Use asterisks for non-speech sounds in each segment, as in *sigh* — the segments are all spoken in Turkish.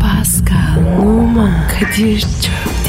Pascal, Oman, Kadir çok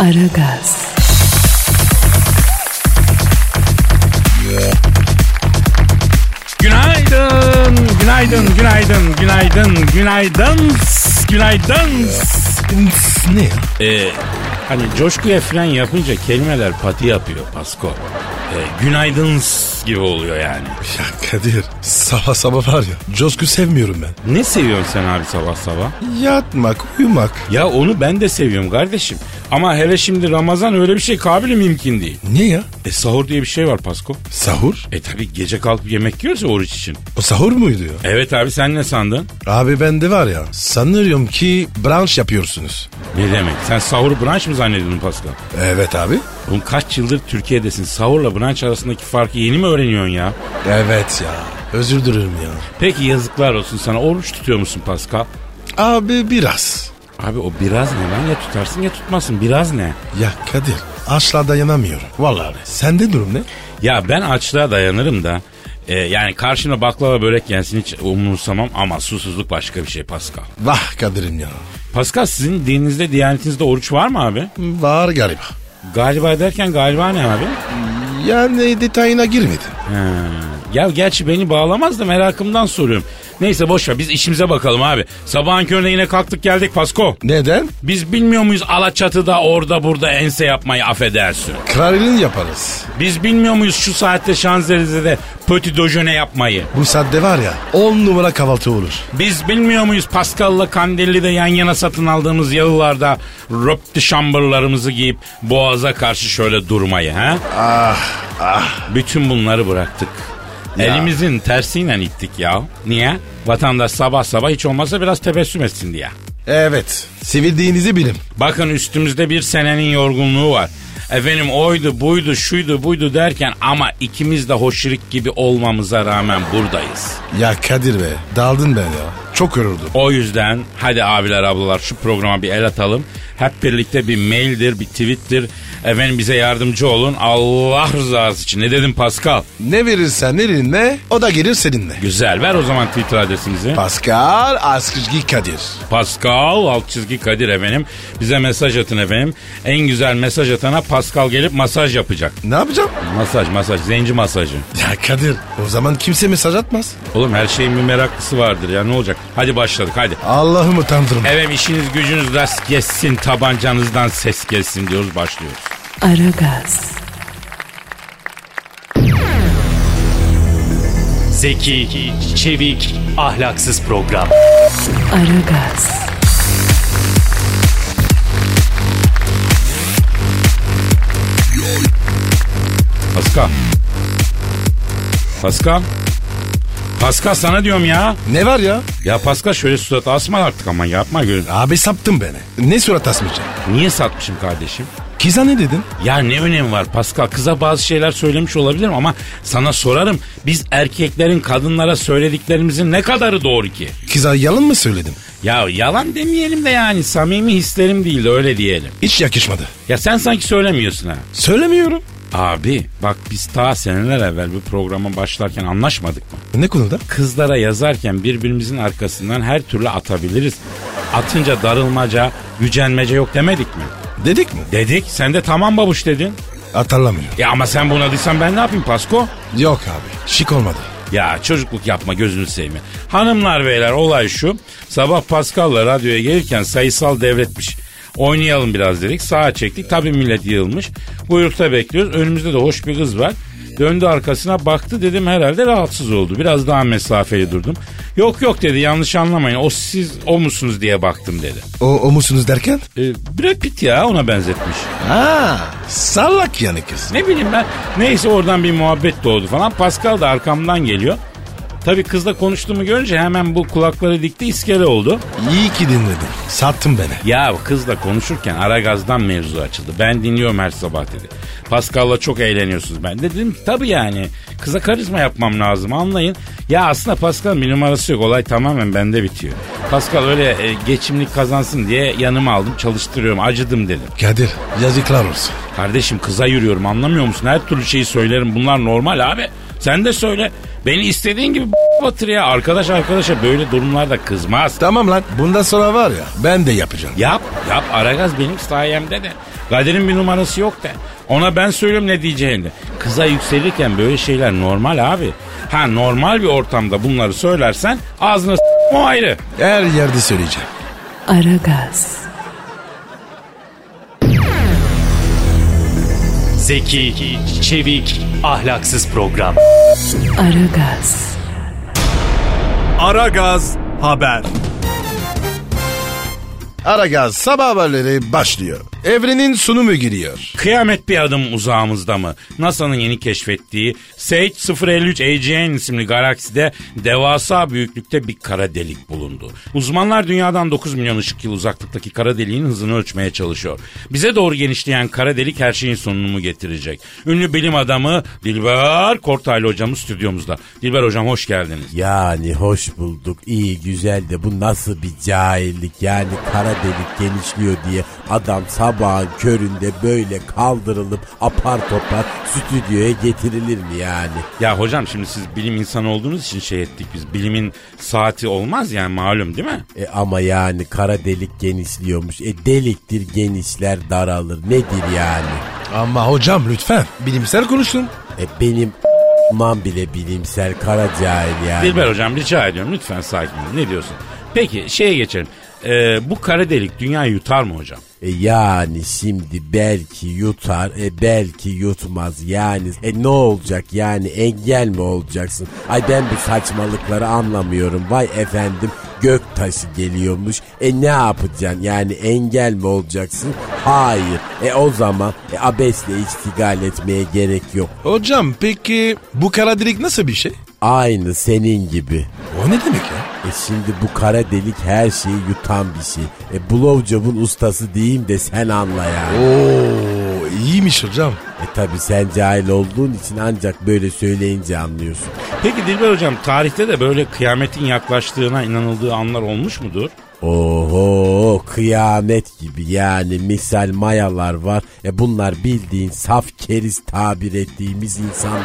Aragaz, Günaydın, günaydın, günaydın, günaydın, günaydın, günaydın. Ne ya? Ee, hani coşkuya falan yapınca kelimeler pati yapıyor Pasko. Ee, günaydın gibi oluyor yani. Ya Kadir sabah sabah var ya Cosku sevmiyorum ben. Ne seviyorsun sen abi sabah sabah? Yatmak uyumak. Ya onu ben de seviyorum kardeşim. Ama hele şimdi Ramazan öyle bir şey kabili mümkün değil. Niye ya? E sahur diye bir şey var Pasko. Sahur? E tabi gece kalkıp yemek yiyorsa oruç için. O sahur muydu ya? Evet abi sen ne sandın? Abi bende var ya sanıyorum ki branş yapıyorsunuz. Ne demek? Sen sahuru branş mı zannediyordun Pasko? Evet abi. Oğlum kaç yıldır Türkiye'desin? Sahurla brunch arasındaki farkı yeni mi öğreniyorsun ya? Evet ya. Özür dilerim ya. Peki yazıklar olsun sana. Oruç tutuyor musun Pascal? Abi biraz. Abi o biraz ne lan? Ya tutarsın ya tutmasın. Biraz ne? Ya Kadir açla dayanamıyorum. Vallahi abi. Sende durum ne? Ya ben açlığa dayanırım da. e, yani karşımda baklava börek yensin hiç umursamam ama susuzluk başka bir şey Pascal. Vah Kadir'im ya. Pascal sizin dininizde, diyanetinizde oruç var mı abi? Var galiba. Galiba derken galiba ne abi? Yani detayına girmedin. Ha. Ya gerçi beni bağlamaz da merakımdan soruyorum. Neyse boş ver biz işimize bakalım abi. Sabahın köründe yine kalktık geldik Pasko. Neden? Biz bilmiyor muyuz Alaçatı'da orada burada ense yapmayı affedersin? Kralin yaparız. Biz bilmiyor muyuz şu saatte Şanzelize'de pötü dojone yapmayı? Bu sadde var ya 10 numara kahvaltı olur. Biz bilmiyor muyuz Pascal'la Kandilli'de yan yana satın aldığımız yalılarda röptü şambırlarımızı giyip boğaza karşı şöyle durmayı ha? Ah ah. Bütün bunları bıraktık. Elimizin tersiyle ittik ya. Niye? Vatandaş sabah sabah hiç olmazsa biraz tebessüm etsin diye. Evet sevildiğinizi bilin. Bakın üstümüzde bir senenin yorgunluğu var. Efendim oydu buydu şuydu buydu derken ama ikimiz de hoşirik gibi olmamıza rağmen buradayız. Ya Kadir be daldın ben ya. Çok yoruldum. O yüzden hadi abiler ablalar şu programa bir el atalım. Hep birlikte bir maildir bir tweettir. Efendim bize yardımcı olun Allah rızası için. Ne dedim Pascal? Ne verirsen elinle o da gelir seninle. Güzel ver o zaman Twitter adresimizi. Pascal Askışgi Kadir. Pascal alt çizgi Kadir efendim. Bize mesaj atın efendim. En güzel mesaj atana Pascal gelip masaj yapacak. Ne yapacağım? Masaj masaj zenci masajı. Ya Kadir o zaman kimse mesaj atmaz. Oğlum her şeyin bir meraklısı vardır ya ne olacak? Hadi başladık hadi. Allah'ım utandırma. Efendim işiniz gücünüz rast gelsin tabancanızdan ses gelsin diyoruz başlıyoruz. Aragaz, Zeki, çevik, ahlaksız program. Aragaz, Pascal. Pascal. Pascal sana diyorum ya. Ne var ya? Ya Pascal şöyle surat asma artık ama yapma gönül. Abi saptın beni. Ne surat asmayacağım? Niye satmışım kardeşim? Kiza ne dedin? Ya ne önemi var Pascal? Kıza bazı şeyler söylemiş olabilirim ama sana sorarım. Biz erkeklerin kadınlara söylediklerimizin ne kadarı doğru ki? Kiza yalan mı söyledim? Ya yalan demeyelim de yani samimi hislerim değil de öyle diyelim. Hiç yakışmadı. Ya sen sanki söylemiyorsun ha. Söylemiyorum. Abi bak biz daha seneler evvel bu programa başlarken anlaşmadık mı? Ne konuda? Kızlara yazarken birbirimizin arkasından her türlü atabiliriz. Atınca darılmaca, gücenmece yok demedik mi? Dedik mi? Dedik. Sen de tamam babuş dedin. Hatırlamıyorum. Ya ama sen buna diysen ben ne yapayım Pasko? Yok abi. Şık olmadı. Ya çocukluk yapma gözünü seveyim. Hanımlar beyler olay şu. Sabah Pascal'la radyoya gelirken sayısal devretmiş. Oynayalım biraz dedik. Sağa çektik. Tabii millet yığılmış. Buyrukta bekliyoruz. Önümüzde de hoş bir kız var. Döndü arkasına baktı dedim herhalde rahatsız oldu. Biraz daha mesafeli durdum. Yok yok dedi yanlış anlamayın. O siz o musunuz diye baktım dedi. O, o musunuz derken? E, Brad Pitt ya ona benzetmiş. Ha, sallak yani kız. Ne bileyim ben. Neyse oradan bir muhabbet doğdu falan. Pascal da arkamdan geliyor. Tabii kızla konuştuğumu görünce hemen bu kulakları dikti iskele oldu. İyi ki dinledin. Sattın beni. Ya kızla konuşurken ara gazdan mevzu açıldı. Ben dinliyorum her sabah dedi. Pascal'la çok eğleniyorsunuz ben. de Dedim ki tabii yani kıza karizma yapmam lazım anlayın. Ya aslında Pascal'ın bir numarası yok. Olay tamamen bende bitiyor. Pascal öyle e, geçimlik kazansın diye yanıma aldım çalıştırıyorum acıdım dedim. Kadir yazıklar olsun. Kardeşim kıza yürüyorum anlamıyor musun? Her türlü şeyi söylerim bunlar normal abi. Sen de söyle. Beni istediğin gibi *laughs* batır ya. Arkadaş arkadaşa böyle durumlarda kızmaz. Tamam lan bundan sonra var ya ben de yapacağım. Yap yap Aragaz benim sayemde de. Kadir'in bir numarası yok de. Ona ben söylüyorum ne diyeceğini. Kıza yükselirken böyle şeyler normal abi. Ha normal bir ortamda bunları söylersen ağzını s- o ayrı. Her yerde söyleyeceğim. Aragaz, Zeki, çevik, ahlaksız program. Aragaz, Aragaz Haber. Aragaz sabah haberleri başlıyor. Evrenin sunumu giriyor. Kıyamet bir adım uzağımızda mı? NASA'nın yeni keşfettiği Sage 053 AGN isimli galakside devasa büyüklükte bir kara delik bulundu. Uzmanlar dünyadan 9 milyon ışık yılı uzaklıktaki kara deliğin hızını ölçmeye çalışıyor. Bize doğru genişleyen kara delik her şeyin sonunu mu getirecek? Ünlü bilim adamı Dilber Kortaylı hocamız stüdyomuzda. Dilber hocam hoş geldiniz. Yani hoş bulduk iyi güzel de bu nasıl bir cahillik yani kara delik genişliyor diye adam sabahın köründe böyle kaldırılıp apar topar stüdyoya getirilir mi yani? Ya hocam şimdi siz bilim insanı olduğunuz için şey ettik biz. Bilimin saati olmaz yani malum değil mi? E ama yani kara delik genişliyormuş e deliktir genişler daralır nedir yani? Ama hocam lütfen bilimsel konuşun. E benim man bile bilimsel kara cahil yani. Dilber hocam rica ediyorum lütfen sakin olun. Ne diyorsun? Peki şeye geçelim. Ee, bu kara delik dünyayı yutar mı hocam? E yani şimdi belki yutar, e belki yutmaz. Yani e ne olacak yani engel mi olacaksın? Ay ben bu saçmalıkları anlamıyorum. Vay efendim gök taşı geliyormuş. E ne yapacaksın? Yani engel mi olacaksın? Hayır. E o zaman e, abesle iştigal etmeye gerek yok. Hocam peki bu kara delik nasıl bir şey? Aynı senin gibi. O ne demek ya? E şimdi bu kara delik her şeyi yutan bir şey. E blowjob'un ustası diyeyim de sen anla yani. Oo iyiymiş hocam. E tabi sen cahil olduğun için ancak böyle söyleyince anlıyorsun. Peki Dilber hocam tarihte de böyle kıyametin yaklaştığına inanıldığı anlar olmuş mudur? Oho kıyamet gibi yani misal mayalar var. E bunlar bildiğin saf keriz tabir ettiğimiz insanlar.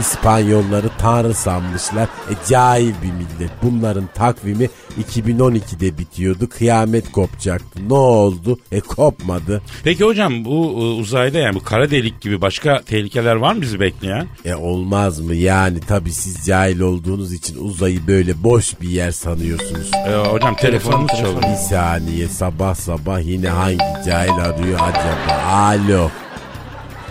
İspanyolları tanrı sanmışlar. E cahil bir millet. Bunların takvimi 2012'de bitiyordu. Kıyamet kopacaktı. Ne oldu? E kopmadı. Peki hocam bu e, uzayda yani bu kara delik gibi başka tehlikeler var mı bizi bekleyen? E olmaz mı? Yani tabi siz cahil olduğunuz için uzayı böyle boş bir yer sanıyorsunuz. Ee, hocam telefonumuz çalıyor. Bir saniye sabah sabah yine hangi cahil arıyor acaba? Alo.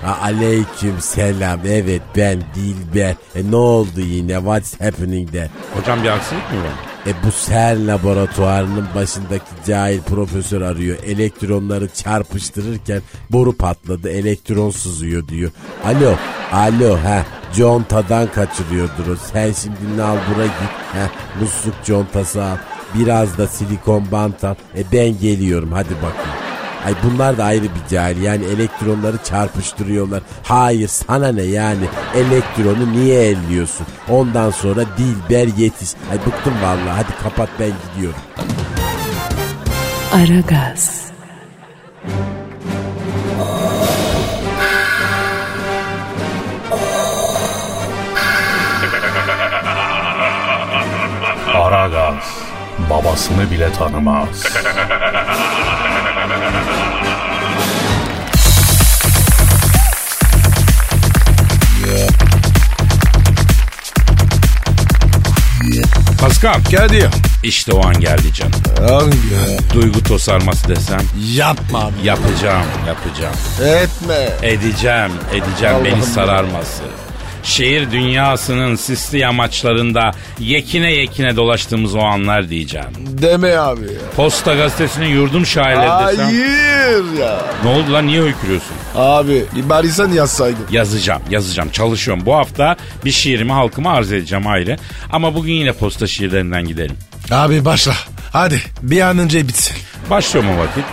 Ha, aleyküm selam. Evet ben Dilber. E, ne oldu yine? What's happening de? Hocam bir aksilik mi var? E bu ser laboratuvarının başındaki cahil profesör arıyor. Elektronları çarpıştırırken boru patladı. Elektron sızıyor diyor. Alo. Alo ha. Contadan kaçırıyordur o. Sen şimdi al bura git. Ha. Musluk contası al. Biraz da silikon bant al. E ben geliyorum hadi bakayım. Ay bunlar da ayrı bir cahil yani elektronları çarpıştırıyorlar. Hayır sana ne yani elektronu niye elliyorsun? Ondan sonra Dilber yetiş. Ay bıktım vallahi hadi kapat ben gidiyorum. Aragaz, Aragaz babasını bile tanımaz. Paskal Kadir. işte o an geldi canım. Hangi? Duygu tosarması desem Yapma abi. yapacağım yapacağım. Etme. Edeceğim, edeceğim beni sararması. şehir dünyasının sisli yamaçlarında yekine yekine dolaştığımız o anlar diyeceğim. Deme abi ya. Posta gazetesinin yurdum şairleri desem. Hayır ya. Ne oldu lan niye öykürüyorsun? Abi bir bari sen yazsaydın. Yazacağım, yazacağım, çalışıyorum. Bu hafta bir şiirimi halkıma arz edeceğim ayrı. Ama bugün yine posta şiirlerinden gidelim. Abi başla. Hadi bir an önce bitsin. Başlıyor mu vakit?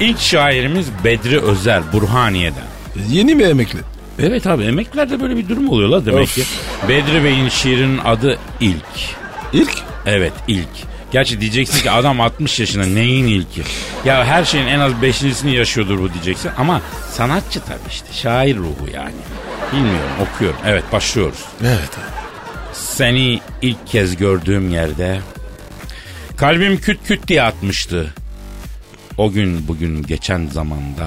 İlk şairimiz Bedri Özer, Burhaniye'den. Yeni mi emekli? Evet abi emeklilerde böyle bir durum oluyor la demek Of. ki. Bedri Bey'in şiirinin adı İlk. İlk? Evet ilk. Gerçi diyeceksin ki adam 60 yaşında neyin ilki? Ya her şeyin en az beşincisini yaşıyordur bu diyeceksin. Ama sanatçı tabii işte şair ruhu yani. Bilmiyorum okuyorum. Evet başlıyoruz. Evet. Seni ilk kez gördüğüm yerde kalbim küt küt diye atmıştı. O gün bugün geçen zamanda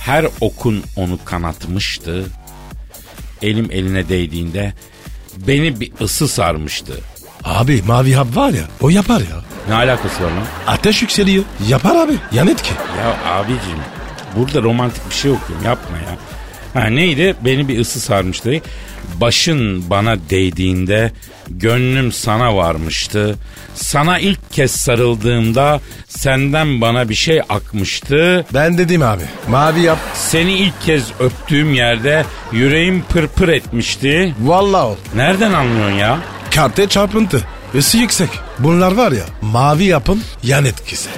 her okun onu kanatmıştı. Elim eline değdiğinde beni bir ısı sarmıştı. Abi mavi hap var ya o yapar ya. Ne alakası var lan? Ateş yükseliyor. Yapar abi. Yan etki. Ya abicim burada romantik bir şey okuyorum yapma ya. Ha, neydi? Beni bir ısı sarmıştı. Başın bana değdiğinde gönlüm sana varmıştı. Sana ilk kez sarıldığımda senden bana bir şey akmıştı. Ben dedim abi. Mavi yap. Seni ilk kez öptüğüm yerde yüreğim pırpır etmişti. Vallahi ol. Nereden anlıyorsun ya? Karte çarpıntı. Üsü yüksek. Bunlar var ya mavi yapın yan etkisi.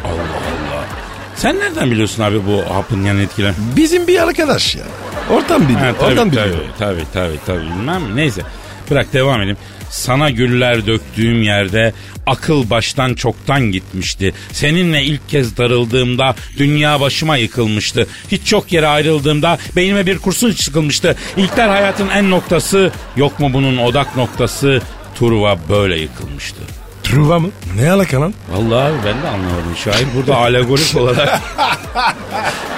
Sen nereden biliyorsun abi bu hapın yan etkilerini? Bizim bir arkadaş ya. Oradan biliyor. Ha, tabii, oradan tabii, biliyor. Tabii tabii tabii bilmem neyse. Bırak devam edeyim. Sana güller döktüğüm yerde akıl baştan çoktan gitmişti. Seninle ilk kez darıldığımda dünya başıma yıkılmıştı. Hiç çok yere ayrıldığımda beynime bir kurşun sıkılmıştı. İlkler hayatın en noktası yok mu bunun odak noktası? Turva böyle yıkılmıştı. Truva mı? Ne alaka lan? Vallahi abi ben de anlamadım. Şair burada *laughs* alegorik olarak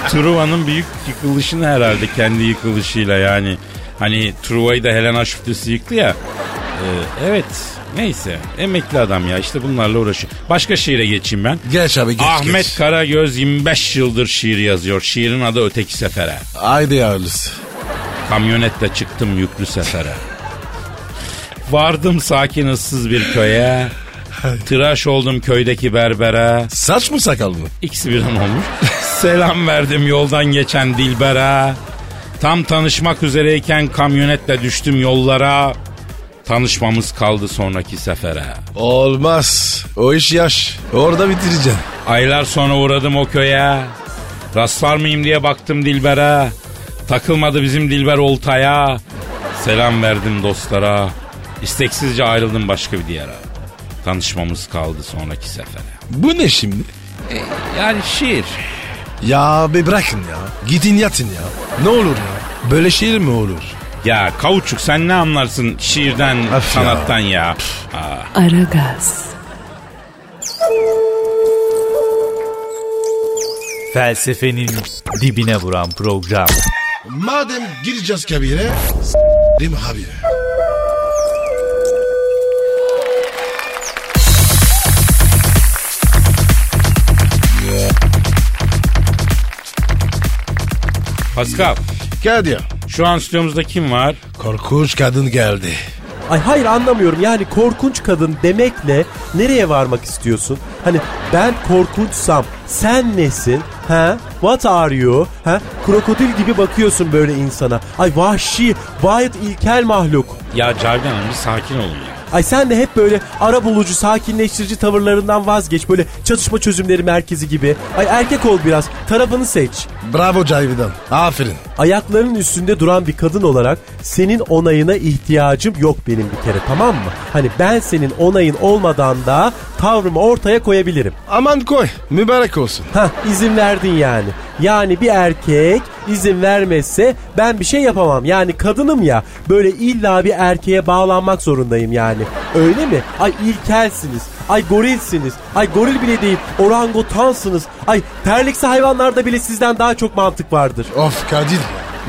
Truva'nın büyük yıkılışını herhalde kendi yıkılışıyla yani. Hani Truva'yı da Helena Şüftesi yıktı ya. Ee, evet neyse emekli adam ya işte bunlarla uğraşıyor. Başka şiire geçeyim ben. Geç abi geç Ahmet geç. Karagöz 25 yıldır şiir yazıyor. Şiirin adı Öteki Sefere. Haydi yavrusu. Kamyonetle çıktım yüklü sefere. Vardım sakin ıssız bir köye. Tıraş oldum köydeki berbere. Saç mı sakal mı? İkisi birden olmuş. Selam verdim yoldan geçen Dilber'a. Tam tanışmak üzereyken kamyonetle düştüm yollara. Tanışmamız kaldı sonraki sefere. Olmaz. O iş yaş. Orada bitireceksin. Aylar sonra uğradım o köye. Rastlar mıyım diye baktım Dilber'e. Takılmadı bizim Dilber oltaya. Selam verdim dostlara. İsteksizce ayrıldım başka bir diyara. Tanışmamız kaldı sonraki sefere. Bu ne şimdi? E, Yani şiir. Ya bir bırakın ya. Gidin yatın ya. Ne olur ya. Böyle şiir mi olur? Ya kavuçuk sen ne anlarsın şiirden, ya. sanattan ya. Aragaz, Felsefenin dibine vuran program. Madem gireceğiz kabire. Değil mi abi? Pascal Geldi ya. şu an stüdyomuzda kim var? Korkunç kadın geldi. Ay hayır anlamıyorum yani korkunç kadın demekle nereye varmak istiyorsun? Hani ben korkunçsam sen nesin? Ha? What are you? Ha? Krokodil gibi bakıyorsun böyle insana. Ay vahşi, gayet ilkel mahluk. Ya Cavidan Hanım bir sakin olun ya. Ay sen de hep böyle ara bulucu, sakinleştirici tavırlarından vazgeç. Böyle çatışma çözümleri merkezi gibi. Ay erkek ol biraz, tarafını seç. Bravo Cavidan. Aferin. Ayaklarının üstünde duran bir kadın olarak senin onayına ihtiyacım yok benim bir kere tamam mı? Hani ben senin onayın olmadan da tavrımı ortaya koyabilirim. Aman koy. Mübarek olsun. Hah izin verdin yani. Yani bir erkek izin vermezse ben bir şey yapamam. Yani kadınım ya böyle illa bir erkeğe bağlanmak zorundayım yani. Öyle mi? Ay ilkelsiniz. Ay gorilsiniz. Ay goril bile değil orangotansınız. Ay terliksi hayvanlarda bile sizden daha çok mantık vardır. Of Kadir.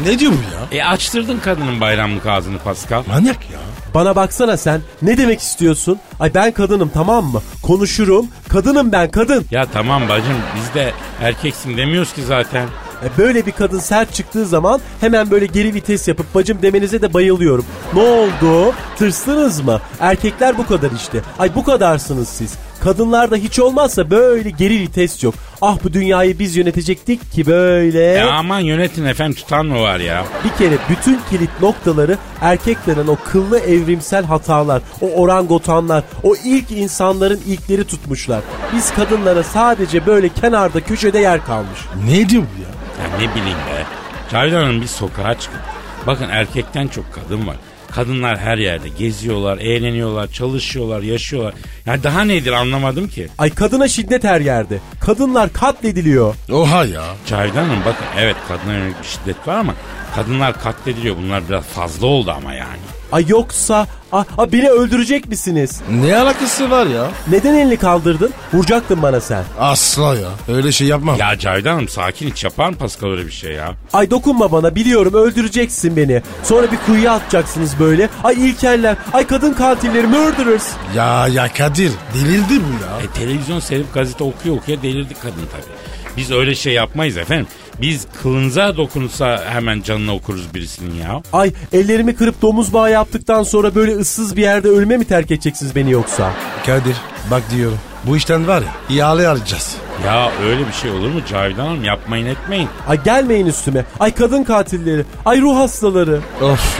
Ne diyor bu ya? E açtırdın kadının bayramlık ağzını Pascal. Manyak ya. Bana baksana sen ne demek istiyorsun? Ay ben kadınım tamam mı? Konuşurum. Kadınım ben kadın. Ya tamam bacım biz de erkeksin demiyoruz ki zaten. E, Böyle bir kadın sert çıktığı zaman hemen böyle geri vites yapıp bacım demenize de bayılıyorum. Ne oldu? Tırstınız mı? Erkekler bu kadar işte. Ay bu kadarsınız siz. Kadınlarda hiç olmazsa böyle geri vites yok. Ah bu dünyayı biz yönetecektik ki böyle. E aman yönetin efendim tutan mı var ya? Bir kere bütün kilit noktaları erkeklerin o kıllı evrimsel hatalar, o orangotanlar, o ilk insanların ilkleri tutmuşlar. Biz kadınlara sadece böyle kenarda köşede yer kalmış. Ne diyor bu ya? Ya ne bileyim be. Cavidan Hanım bir sokağa çıkın. Bakın erkekten çok kadın var. Kadınlar her yerde geziyorlar, eğleniyorlar, çalışıyorlar, yaşıyorlar. Ya daha nedir anlamadım ki. Ay kadına şiddet her yerde. Kadınlar katlediliyor. Oha ya. Cavidan Hanım bakın evet kadına yönelik bir şiddet var ama kadınlar katlediliyor. Bunlar biraz fazla oldu ama yani. Ay yoksa ah, ah, beni öldürecek misiniz? Ne alakası var ya? Neden elini kaldırdın? Vuracaktın bana sen. Asla ya. Öyle şey yapmam. *laughs* Ya Cavidan Hanım sakin hiç yapar mı Pascal öyle bir şey ya? Ay dokunma bana biliyorum öldüreceksin beni. Sonra bir kuyuya atacaksınız böyle. Ay ilkeller, ay kadın katilleri murderers. Ya ya Kadir delirdi bu ya. E, televizyon seyredip gazete okuya okuya delirdi kadın tabii. Biz öyle şey yapmayız efendim. Biz kılınza dokunsa hemen canına okuruz birisinin ya. Ay ellerimi kırıp domuz bağı yaptıktan sonra böyle ıssız bir yerde ölüme mi terk edeceksiniz beni yoksa? Kadir bak diyorum. Bu işten var ya ihale alacağız. Ya öyle bir şey olur mu Cavidan Hanım yapmayın etmeyin. Ay gelmeyin üstüme. Ay kadın katilleri. Ay ruh hastaları. Of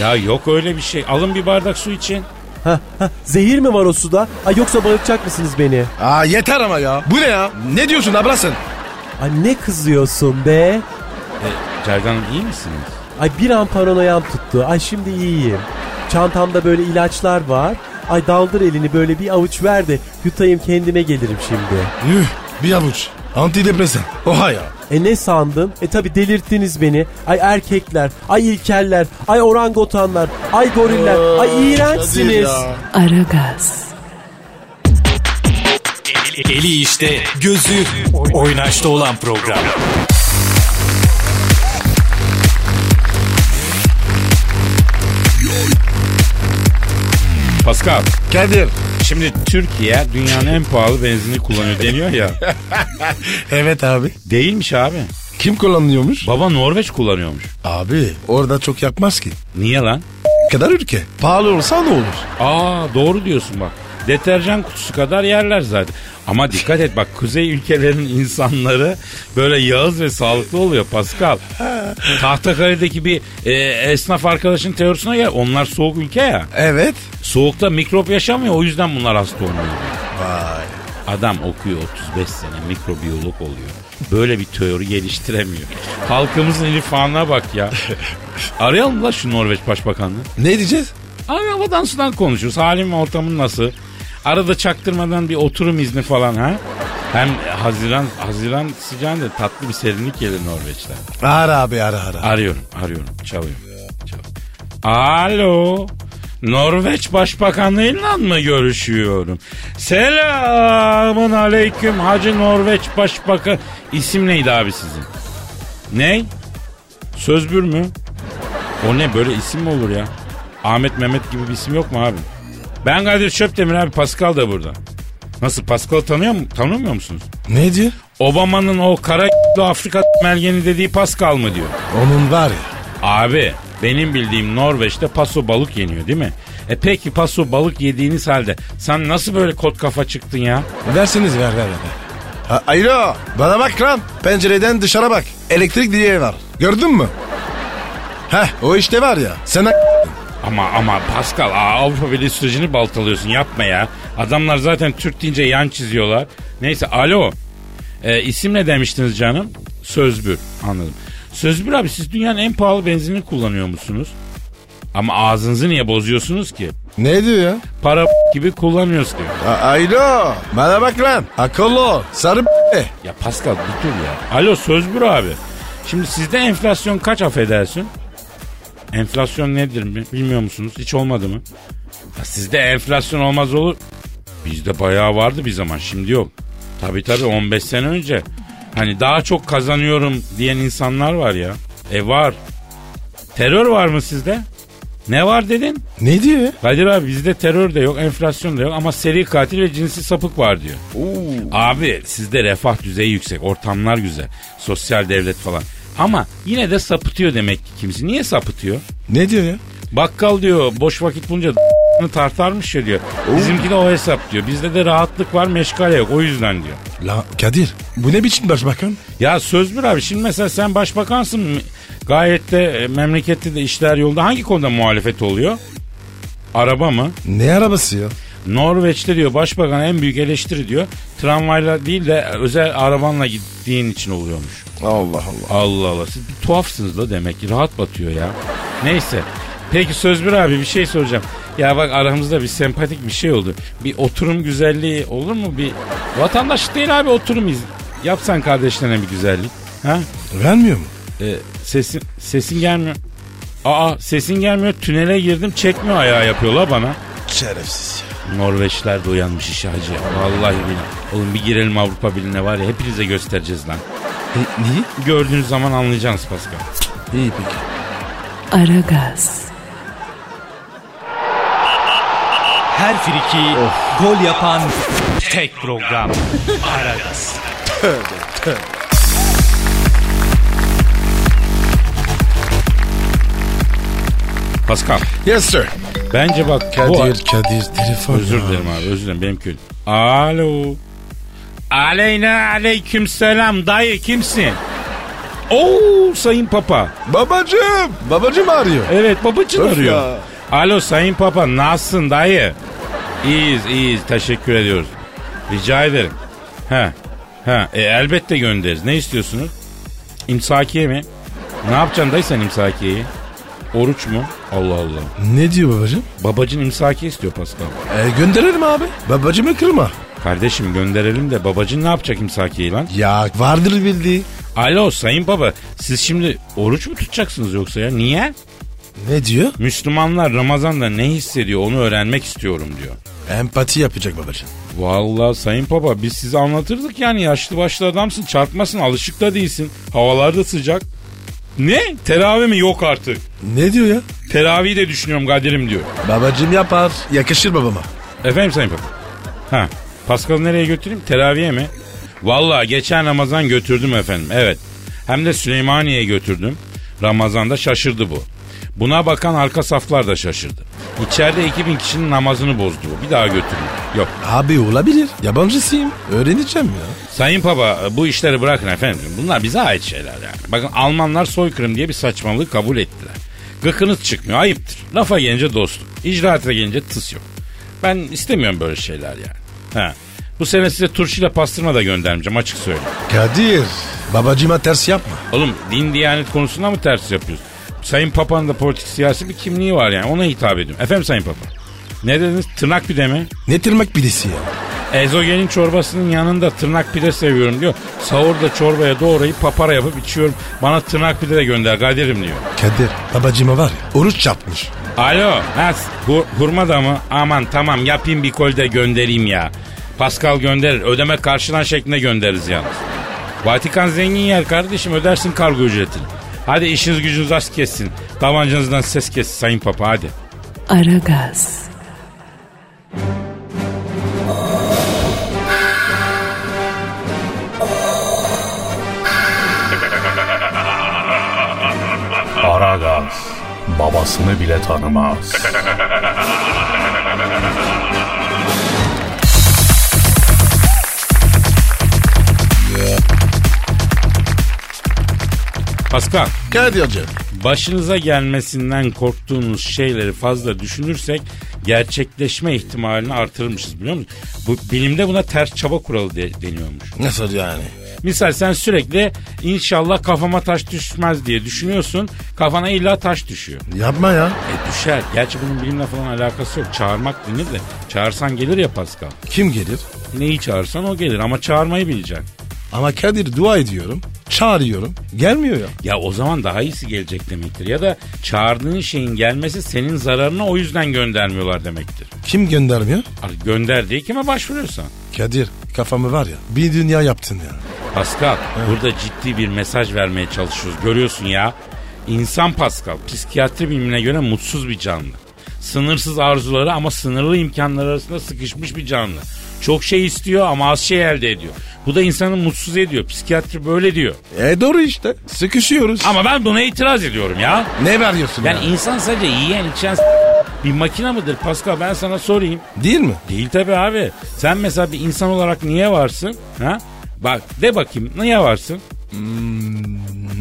ya. Ya yok öyle bir şey. Alın bir bardak su için. Hah, hah, zehir mi var o suda? Ay yoksa bayıltacak mısınız beni? Aa yeter ama ya. Bu ne ya? Ne diyorsun ablasın? Ay ne kızıyorsun be? Cavidan Hanım iyi misiniz? Ay bir an paranoyam tuttu. Ay şimdi iyiyim. Çantamda böyle ilaçlar var. Ay daldır elini böyle bir avuç ver de yutayım kendime gelirim şimdi. Yuh bir avuç. Antidepresan. Oha ya. E ne sandın? E tabi delirttiniz beni. Ay erkekler, ay ilkeller, ay orangotanlar, ay goriller, ay iğrençsiniz. Aragaz, Eli işte, gözü oynaşta olan program. Pascal Kadir. şimdi Türkiye dünyanın en pahalı benzinini kullanıyor deniyor ya. Evet abi. Değilmiş abi. Kim kullanıyormuş? Baba Norveç kullanıyormuş. Abi orada çok yakmaz ki. Niye lan? Kadar ülke. Pahalı olsa ne olur? Aa doğru diyorsun bak. Deterjan kutusu kadar yerler zaten. Ama dikkat et bak kuzey ülkelerinin insanları böyle yağız ve sağlıklı oluyor Pascal. Tahtakale'deki bir e, esnaf arkadaşın teorisine gel. Onlar soğuk ülke ya. Evet. Soğukta mikrop yaşamıyor o yüzden bunlar hasta olmuyor. Adam okuyor 35 sene mikrobiyolog oluyor. Böyle bir teori geliştiremiyor. Halkımızın ilifanına bak ya. Arayalım la şu Norveç Başbakanını. Ne diyeceğiz? Abi havadan sudan konuşuruz. Halim ve ortamın nasıl? Arada çaktırmadan bir oturum izni falan ha? Hem Haziran Haziran sıcağında tatlı bir serinlik gelir Norveç'ten. Ara abi ara ara. Arıyorum, arıyorum. Çalıyorum. çalıyorum. Alo. Norveç Başbakanlığıyla mı görüşüyorum? Selamun aleyküm Hacı Norveç Başbakan. İsim neydi abi sizin? Ney? Sözbür mü? O ne böyle isim mi olur ya? Ahmet Mehmet gibi bir isim yok mu abi? Ben Kadir Çöptemir abi Pascal da burada. Nasıl Pascal tanıyor mu? Tanımıyor musunuz? Ne diyor? Obama'nın o kara *laughs* Afrika melgeni dediği Pascal mı diyor? Onun var ya. Abi benim bildiğim Norveç'te paso balık yeniyor değil mi? E peki paso balık yediğiniz halde sen nasıl böyle kot kafa çıktın ya? Verseniz ver ver ver. Ha, alo bana bak lan. Pencereden dışarı bak. Elektrik diye var. Gördün mü? Heh o işte var ya. Sen Ama ama Pascal aa, Avrupa Birliği sürecini baltalıyorsun yapma ya. Adamlar zaten Türk deyince yan çiziyorlar. Neyse alo. E, isim ne demiştiniz canım? Sözbür anladım. Sözbür abi siz dünyanın en pahalı benzinini kullanıyor musunuz? Ama ağzınızı niye bozuyorsunuz ki? Ne diyor ya? Para *laughs* gibi kullanıyoruz diyor. A- alo bana bak lan. Akıllı ol. Sarı Ya Pascal bir dur ya. Alo Sözbür abi. Şimdi sizde enflasyon kaç affedersin? Enflasyon nedir mi? Bilmiyor musunuz? Hiç olmadı mı? Ya sizde enflasyon olmaz olur. Bizde bayağı vardı bir zaman şimdi yok. Tabii tabii 15 sene önce. Hani daha çok kazanıyorum diyen insanlar var ya. E var. Terör var mı sizde? Ne var dedin? Ne diyor? Kadir abi bizde terör de yok, enflasyon da yok ama seri katil ve cinsi sapık var diyor. Abi sizde refah düzeyi yüksek, ortamlar güzel, sosyal devlet falan. Ama yine de sapıtıyor demek ki kimisi. Niye sapıtıyor? Ne diyor ya? Bakkal diyor boş vakit bulunca tartarmış ya diyor. Bizimki de o hesap diyor. Bizde de rahatlık var meşgale yok o yüzden diyor. La Kadir bu ne biçim başbakan? Ya söz bir abi şimdi mesela sen başbakansın gayet de e, memlekette de işler yolda hangi konuda muhalefet oluyor? Araba mı? Ne arabası ya? Norveç'te diyor başbakan en büyük eleştiri diyor tramvayla değil de özel arabanla gittiğin için oluyormuş. Allah Allah. Allah Allah siz bir tuhafsınız da demek ki rahat batıyor ya. Neyse. Peki Sözbür abi bir şey soracağım. Ya bak aramızda bir sempatik bir şey oldu. Bir oturum güzelliği olur mu? Bir vatandaş değil abi oturum iz. Yapsan kardeşlerine bir güzellik. Ha? Vermiyor mu? Ee, sesin sesin gelmiyor. Aa sesin gelmiyor. Tünele girdim çekmiyor ayağı yapıyorlar bana. Şerefsiz. Norveçler de uyanmış işe hacı. Vallahi billahi. Oğlum bir girelim Avrupa Birliği'ne var ya hepinize göstereceğiz lan. E, niye? Gördüğünüz zaman anlayacaksınız Pascal. İyi peki. Aragaz, Her friki gol yapan *laughs* tek program. Aragaz. Pascal. Yes sir. Bence bak bu... Kadir, Kadir telefon. Özür ya. dilerim abi özür dilerim benim kötü. Alo. Aleyna aleyküm selam dayı kimsin? Oo sayın papa. Babacım. Babacım arıyor. Evet babacın Öf arıyor. ya. Alo sayın papa nasılsın dayı? İyiyiz iyiyiz teşekkür ediyoruz. Rica ederim. He. He e, elbette göndeririz. Ne istiyorsunuz? İmsakiye mi? Ne yapacaksın dayı sen imsakiyeyi? Oruç mu? Allah Allah. Ne diyor babacım? Babacın imsakiye istiyor Pascal. E, gönderelim abi. Babacımı kırma. Kardeşim gönderelim de babacın ne yapacak imsakiyeyi lan? Ya vardır bildiği. Alo sayın baba siz şimdi oruç mu tutacaksınız yoksa ya? Niye? Ne diyor? Müslümanlar Ramazan'da ne hissediyor onu öğrenmek istiyorum diyor. Empati yapacak babacım. Vallahi sayın baba biz size anlatırdık yani yaşlı başlı adamsın çarpmasın alışık da değilsin. Havalar da sıcak. Ne? Teravih mi? Yok artık. Ne diyor ya? Teravih de düşünüyorum Kadir'im diyor. Babacım yapar. Yakışır babama. Efendim sayın baba. Ha. Paskal'ı nereye götüreyim? Teraviye mi? Vallahi geçen Ramazan götürdüm efendim. Evet. Hem de Süleymaniye'ye götürdüm. Ramazan'da şaşırdı bu. Buna bakan arka saflar da şaşırdı. İçeride 2000 kişinin namazını bozdu bu. Bir daha götürün. Yok. Abi olabilir. Yabancısıyım. Öğreneceğim ya. Sayın Papa bu işleri bırakın efendim. Bunlar bize ait şeyler yani. Bakın Almanlar soykırım diye bir saçmalığı kabul ettiler. Gıkınız çıkmıyor ayıptır. Lafa gelince dostluk. icraata gelince tıs yok. Ben istemiyorum böyle şeyler yani. Ha. Bu sene size turşuyla pastırma da göndermeyeceğim açık söyleyeyim. Kadir. Babacıma ters yapma. Oğlum din diyanet konusunda mı ters yapıyoruz? Sayın Papa'nın da politik siyasi bir kimliği var yani ona hitap ediyorum. Efendim Sayın Papa. Ne dediniz? Tırnak pide mi? Ne tırmak bilisi ya. Ezogelin çorbasının yanında tırnak pide seviyorum diyor. Sahurda çorbaya doğrayıp papara yapıp içiyorum. Bana tırnak pide de gönder Kadir'im diyor. Kadir. Babacıma var ya. Oruç yapmış. Alo nasıl? Hur- hurma da mı? Aman tamam yapayım bir kol de göndereyim ya. Pascal gönderir. Ödeme karşılan şeklinde göndeririz yalnız. Vatikan zengin yer kardeşim ödersin kargo ücretini. Hadi işiniz gücünüz az kessin. Tabancanızdan ses kessin sayın papa hadi. Aragaz, Aragaz babasını bile tanımaz. Pascal Kadir'cim. başınıza gelmesinden korktuğunuz şeyleri fazla düşünürsek gerçekleşme ihtimalini artırmışız biliyor musun? Bu bilimde buna ters çaba kuralı de- deniyormuş. Nasıl yani? Misal sen sürekli inşallah kafama taş düşmez diye düşünüyorsun. Kafana illa taş düşüyor. Yapma ya. E düşer. Gerçi bunun bilimle falan alakası yok. Çağırmak denir de. Çağırsan gelir ya Pascal. Kim gelir? Neyi çağırsan o gelir ama çağırmayı bileceksin. Ama Kadir dua ediyorum. Çağırıyorum. Gelmiyor ya. Ya o zaman daha iyisi gelecek demektir. Ya da çağırdığın şeyin gelmesi senin zararına o yüzden göndermiyorlar demektir. Kim göndermiyor? Abi Gönder diye kime başvuruyorsan. Kadir kafamı var ya. Bir dünya yaptın ya. Pascal burada ciddi bir mesaj vermeye çalışıyoruz. Görüyorsun ya. İnsan Pascal psikiyatri bilimine göre mutsuz bir canlı. Sınırsız arzuları ama sınırlı imkanlar arasında sıkışmış bir canlı. Çok şey istiyor ama az şey elde ediyor. Bu da insanı mutsuz ediyor. Psikiyatri böyle diyor. E doğru işte. Sıkışıyoruz. Ama ben buna itiraz ediyorum ya. ne veriyorsun Yani ya? insan sadece yiyen içen s- bir makine mıdır Pascal ben sana sorayım. Değil mi? Değil tabi abi. Sen mesela bir insan olarak niye varsın? Ha? Bak de bakayım niye varsın?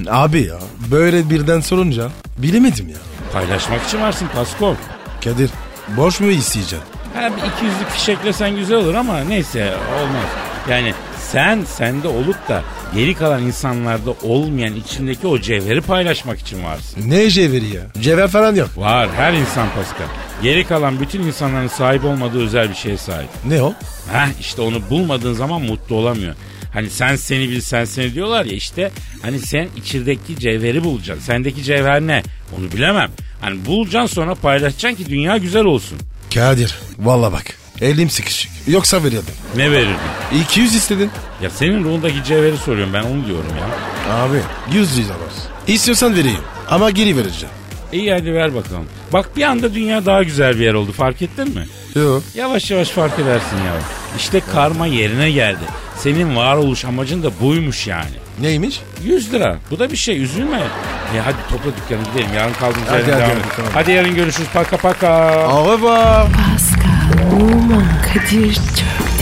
Abi ya böyle birden sorunca bilemedim ya. Paylaşmak için varsın Pascal. Kadir boş mu isteyeceksin? Ha bir ikiyüzlük fişeklesen güzel olur ama neyse olmaz. Yani sen sende olup da geri kalan insanlarda olmayan içindeki o cevheri paylaşmak için varsın. Ne cevheri ya? Cevher falan yok. Var her insan Pascal. Geri kalan bütün insanların sahip olmadığı özel bir şeye sahip. Ne o? Ha işte onu bulmadığın zaman mutlu olamıyor. Hani sen seni bil sen seni diyorlar ya işte hani sen içirdeki cevheri bulacaksın. Sendeki cevher ne? Onu bilemem. Hani bulacaksın sonra paylaşacaksın ki dünya güzel olsun. Kadir valla bak elim sıkışık. Yoksa verirdim. Ne verirdin? 200 istedin. Ya senin ruhundaki cevheri soruyorum ben onu diyorum ya. Abi 100 lira var. İstiyorsan vereyim ama geri vereceğim. İyi hadi ver bakalım. Bak bir anda dünya daha güzel bir yer oldu fark ettin mi? Yok. Yavaş yavaş fark edersin ya. İşte karma yerine geldi. Senin varoluş amacın da buymuş yani. Neymiş? 100 lira. Bu da bir şey üzülme. E hadi topla dükkanı gidelim. Yarın kaldığımız Hadi, yerden hadi, devam hadi, edelim. tamam. Hadi yarın görüşürüz. Paka paka. Au revoir. Pascal, Oman, Kadir çok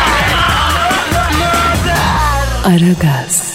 Aragaz.